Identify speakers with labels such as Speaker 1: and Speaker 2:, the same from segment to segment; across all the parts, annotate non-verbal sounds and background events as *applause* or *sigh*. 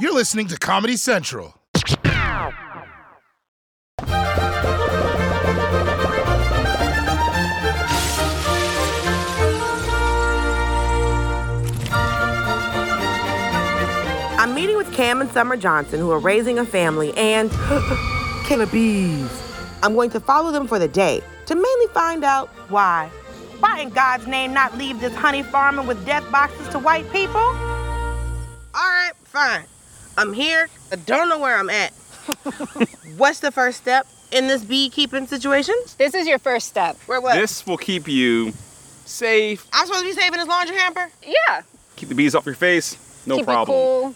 Speaker 1: You're listening to Comedy Central.
Speaker 2: I'm meeting with Cam and Summer Johnson, who are raising a family *gasps* and killer bees. I'm going to follow them for the day to mainly find out why. Why in God's name not leave this honey farming with death boxes to white people? All right, fine. I'm here. I don't know where I'm *laughs* at. What's the first step in this beekeeping situation?
Speaker 3: This is your first step.
Speaker 2: Where what?
Speaker 4: This will keep you safe.
Speaker 2: I'm supposed to be saving this laundry hamper?
Speaker 3: Yeah.
Speaker 4: Keep the bees off your face. No
Speaker 3: Keep
Speaker 4: problem.
Speaker 3: it cool.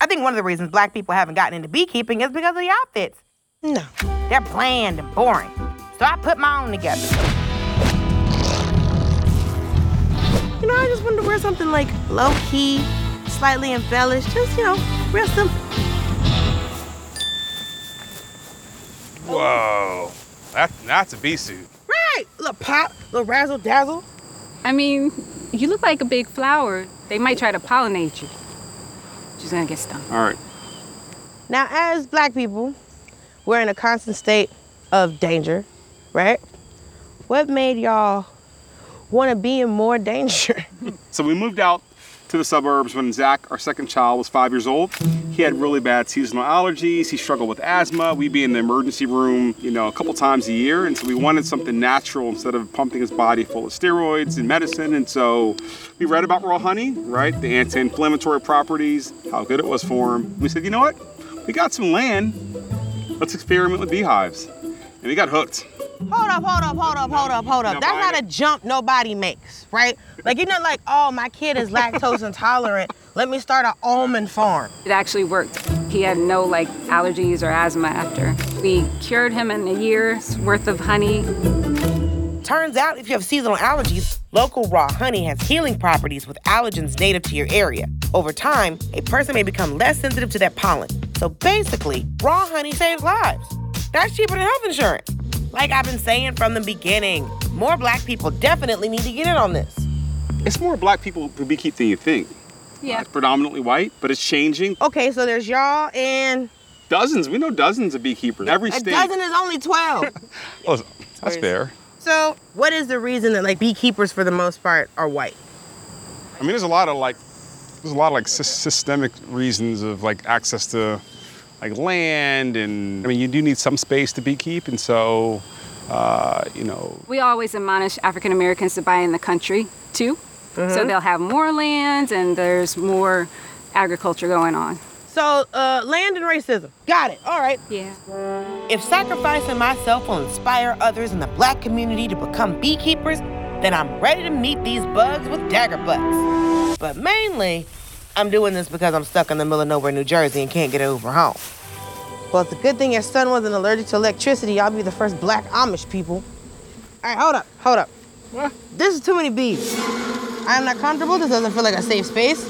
Speaker 2: I think one of the reasons black people haven't gotten into beekeeping is because of the outfits. No. They're bland and boring. So I put my own together. You know, I just wanted to wear something like low key, slightly embellished, just, you know, real simple.
Speaker 5: Whoa. That, that's a bee suit.
Speaker 2: Right! Little pop, little razzle dazzle.
Speaker 3: I mean, you look like a big flower. They might try to pollinate you. She's gonna get stung.
Speaker 4: All right.
Speaker 2: Now, as black people, we're in a constant state of danger, right? What made y'all want to be in more danger?
Speaker 4: So we moved out to the suburbs when Zach, our second child, was five years old. He had really bad seasonal allergies. He struggled with asthma. We'd be in the emergency room, you know, a couple times a year. And so we wanted something natural instead of pumping his body full of steroids and medicine. And so we read about raw honey, right? The anti inflammatory properties, how good it was for him. We said, you know what? We got some land. Let's experiment with beehives. And we got hooked.
Speaker 2: Hold up, hold up, hold up, hold up, hold up.
Speaker 4: Now,
Speaker 2: That's
Speaker 4: mine-
Speaker 2: not a jump nobody makes, right? Like you're not like, oh, my kid is lactose intolerant. Let me start an almond farm.
Speaker 3: It actually worked. He had no like allergies or asthma after. We cured him in a year's worth of honey.
Speaker 2: Turns out, if you have seasonal allergies, local raw honey has healing properties with allergens native to your area. Over time, a person may become less sensitive to that pollen. So basically, raw honey saves lives. That's cheaper than health insurance. Like I've been saying from the beginning, more black people definitely need to get in on this.
Speaker 4: It's more black people who beekeep than you think.
Speaker 3: Yeah.
Speaker 4: It's predominantly white, but it's changing.
Speaker 2: Okay, so there's y'all and
Speaker 4: Dozens. We know dozens of beekeepers. Every
Speaker 2: a
Speaker 4: state.
Speaker 2: dozen is only 12.
Speaker 5: Oh, that's fair.
Speaker 2: So, what is the reason that like beekeepers for the most part are white?
Speaker 5: I mean, there's a lot of like, there's a lot of like sys- systemic reasons of like access to like land, and I mean, you do need some space to beekeep, and so, uh, you know,
Speaker 3: We always admonish African Americans to buy in the country too.
Speaker 4: Mm-hmm.
Speaker 3: So they'll have more land and there's more agriculture going on.
Speaker 2: So, uh, land and racism. Got it. All right.
Speaker 3: Yeah.
Speaker 2: If sacrificing myself will inspire others in the black community to become beekeepers, then I'm ready to meet these bugs with dagger butts. But mainly, I'm doing this because I'm stuck in the middle of nowhere, New Jersey, and can't get an Uber home. Well, it's a good thing your son wasn't allergic to electricity. I'll be the first black Amish people. All right, hold up, hold up. This is too many bees. I am not comfortable. This doesn't feel like a safe space.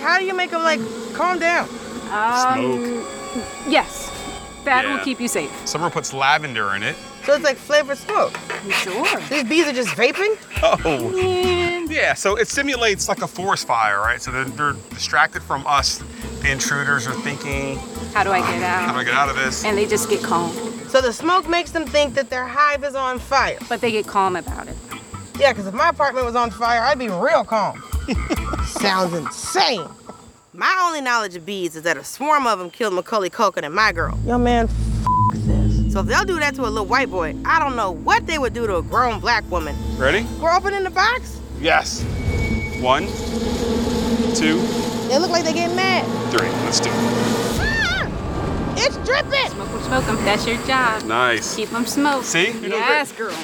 Speaker 2: How do you make them like calm down?
Speaker 3: Um, yes. That will
Speaker 4: Yeah.
Speaker 3: keep you safe.
Speaker 5: Summer puts lavender in it.
Speaker 2: So it's like flavored smoke.
Speaker 3: Sure.
Speaker 2: These bees are just vaping.
Speaker 5: *laughs* Oh. Yeah, so it simulates like a forest fire, right? So they're, they're distracted from us. The intruders are thinking,
Speaker 3: How do I get
Speaker 5: how do I
Speaker 3: out?
Speaker 5: get out of this?
Speaker 3: And they just get calm.
Speaker 2: So the smoke makes them think that their hive is on fire.
Speaker 3: But they get calm about it.
Speaker 2: Yeah, because if my apartment was on fire, I'd be real *laughs* calm. Sounds insane. My only knowledge of bees is that a swarm of them killed Macaulay Culkin and my girl. Yo, man, this. So if they'll do that to a little white boy, I don't know what they would do to a grown black woman.
Speaker 4: Ready?
Speaker 2: We're opening the box.
Speaker 4: Yes. One, two,
Speaker 2: They look like they get mad.
Speaker 4: three. Let's do it.
Speaker 2: Ah! It's dripping.
Speaker 3: Smoke 'em, smoke 'em. That's your job.
Speaker 4: Nice.
Speaker 3: Keep them smoked.
Speaker 4: See? You're doing great.
Speaker 3: yes, girl.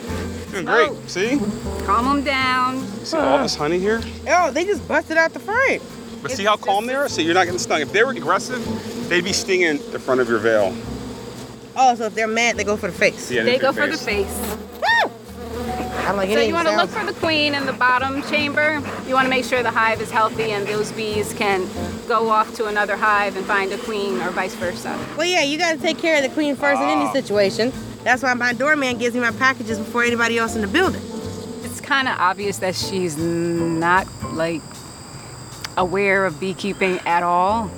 Speaker 4: Doing great.
Speaker 3: Smoke.
Speaker 4: See?
Speaker 3: Calm them down.
Speaker 4: See all this honey here?
Speaker 2: Oh, they just busted out the frame.
Speaker 4: But see how calm they are? So you're not getting stung. If they were aggressive, they'd be stinging the front of your veil.
Speaker 2: Oh, so if they're mad, they go for the face.
Speaker 4: Yeah,
Speaker 3: They
Speaker 4: that's
Speaker 3: go
Speaker 4: your
Speaker 3: for the face.
Speaker 2: I'm like, it
Speaker 3: So
Speaker 2: ain't
Speaker 3: you want to look
Speaker 2: sounds-
Speaker 3: for the queen in the bottom chamber. You want to make sure the hive is healthy and those bees can go off to another hive and find a queen or vice versa.
Speaker 2: Well, yeah, you gotta take care of the queen first in any situation. That's why my doorman gives me my packages before anybody else in the building.
Speaker 3: It's kind of obvious that she's not like aware of beekeeping at all?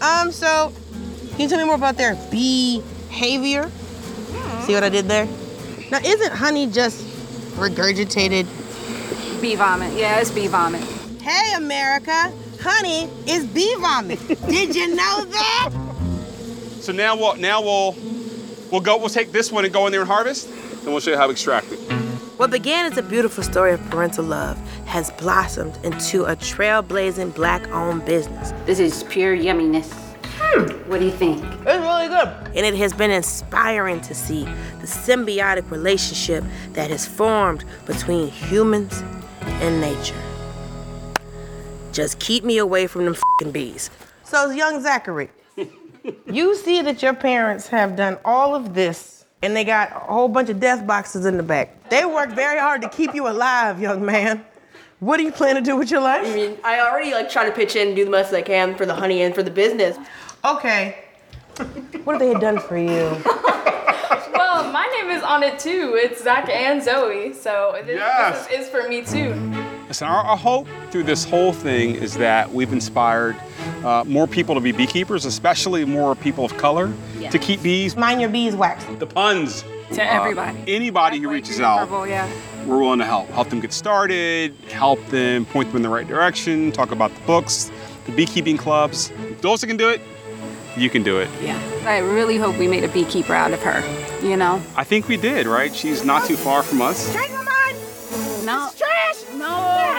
Speaker 2: Um, so can you tell me more about their behavior? See what I did there? Now, isn't honey just regurgitated?
Speaker 3: Bee vomit. Yeah, it's bee vomit.
Speaker 2: Hey, America, honey is bee vomit. did you know that?
Speaker 5: So now we'll now we'll we'll go we'll take this one and go in there and harvest, and we'll show you how to extract it.
Speaker 6: What began as a beautiful story of parental love has blossomed into a trailblazing black owned business,
Speaker 7: This is pure yumminess. What do you think?
Speaker 2: Hmm. It's really good.
Speaker 6: and it has been inspiring to see the symbiotic relationship that has formed between humans and nature. Just keep me away from them fing bees.
Speaker 2: So, young Zachary, you see that your parents have done all of this and they got a whole bunch of death boxes in the back. They worked very hard to keep you alive, young man. What do you plan to do with your life?
Speaker 8: mean, I already like try to pitch in and do the most I can for the honey and for the business.
Speaker 2: Okay. What have they done for you?
Speaker 9: Well, Oh, my name is on it too. It's Zach and Zoe, so this,
Speaker 5: Yes.
Speaker 9: this is, is for me too.
Speaker 5: Listen, our, our hope through this whole thing is that we've inspired uh, more people to be beekeepers, especially more people of color, to keep bees.
Speaker 2: Mind your beeswax.
Speaker 5: The puns.
Speaker 3: To everybody.
Speaker 5: Anybody who reaches out,
Speaker 3: Verbal, yeah.
Speaker 5: we're willing to help. Help them get started, help them point them in the right direction, talk about the books, the beekeeping clubs. If Dulce can do it, you can do it.
Speaker 3: Yeah. I really hope we made a beekeeper out of her, you know?
Speaker 5: I think we did, right? She's not too far from us.
Speaker 3: No. trash! No!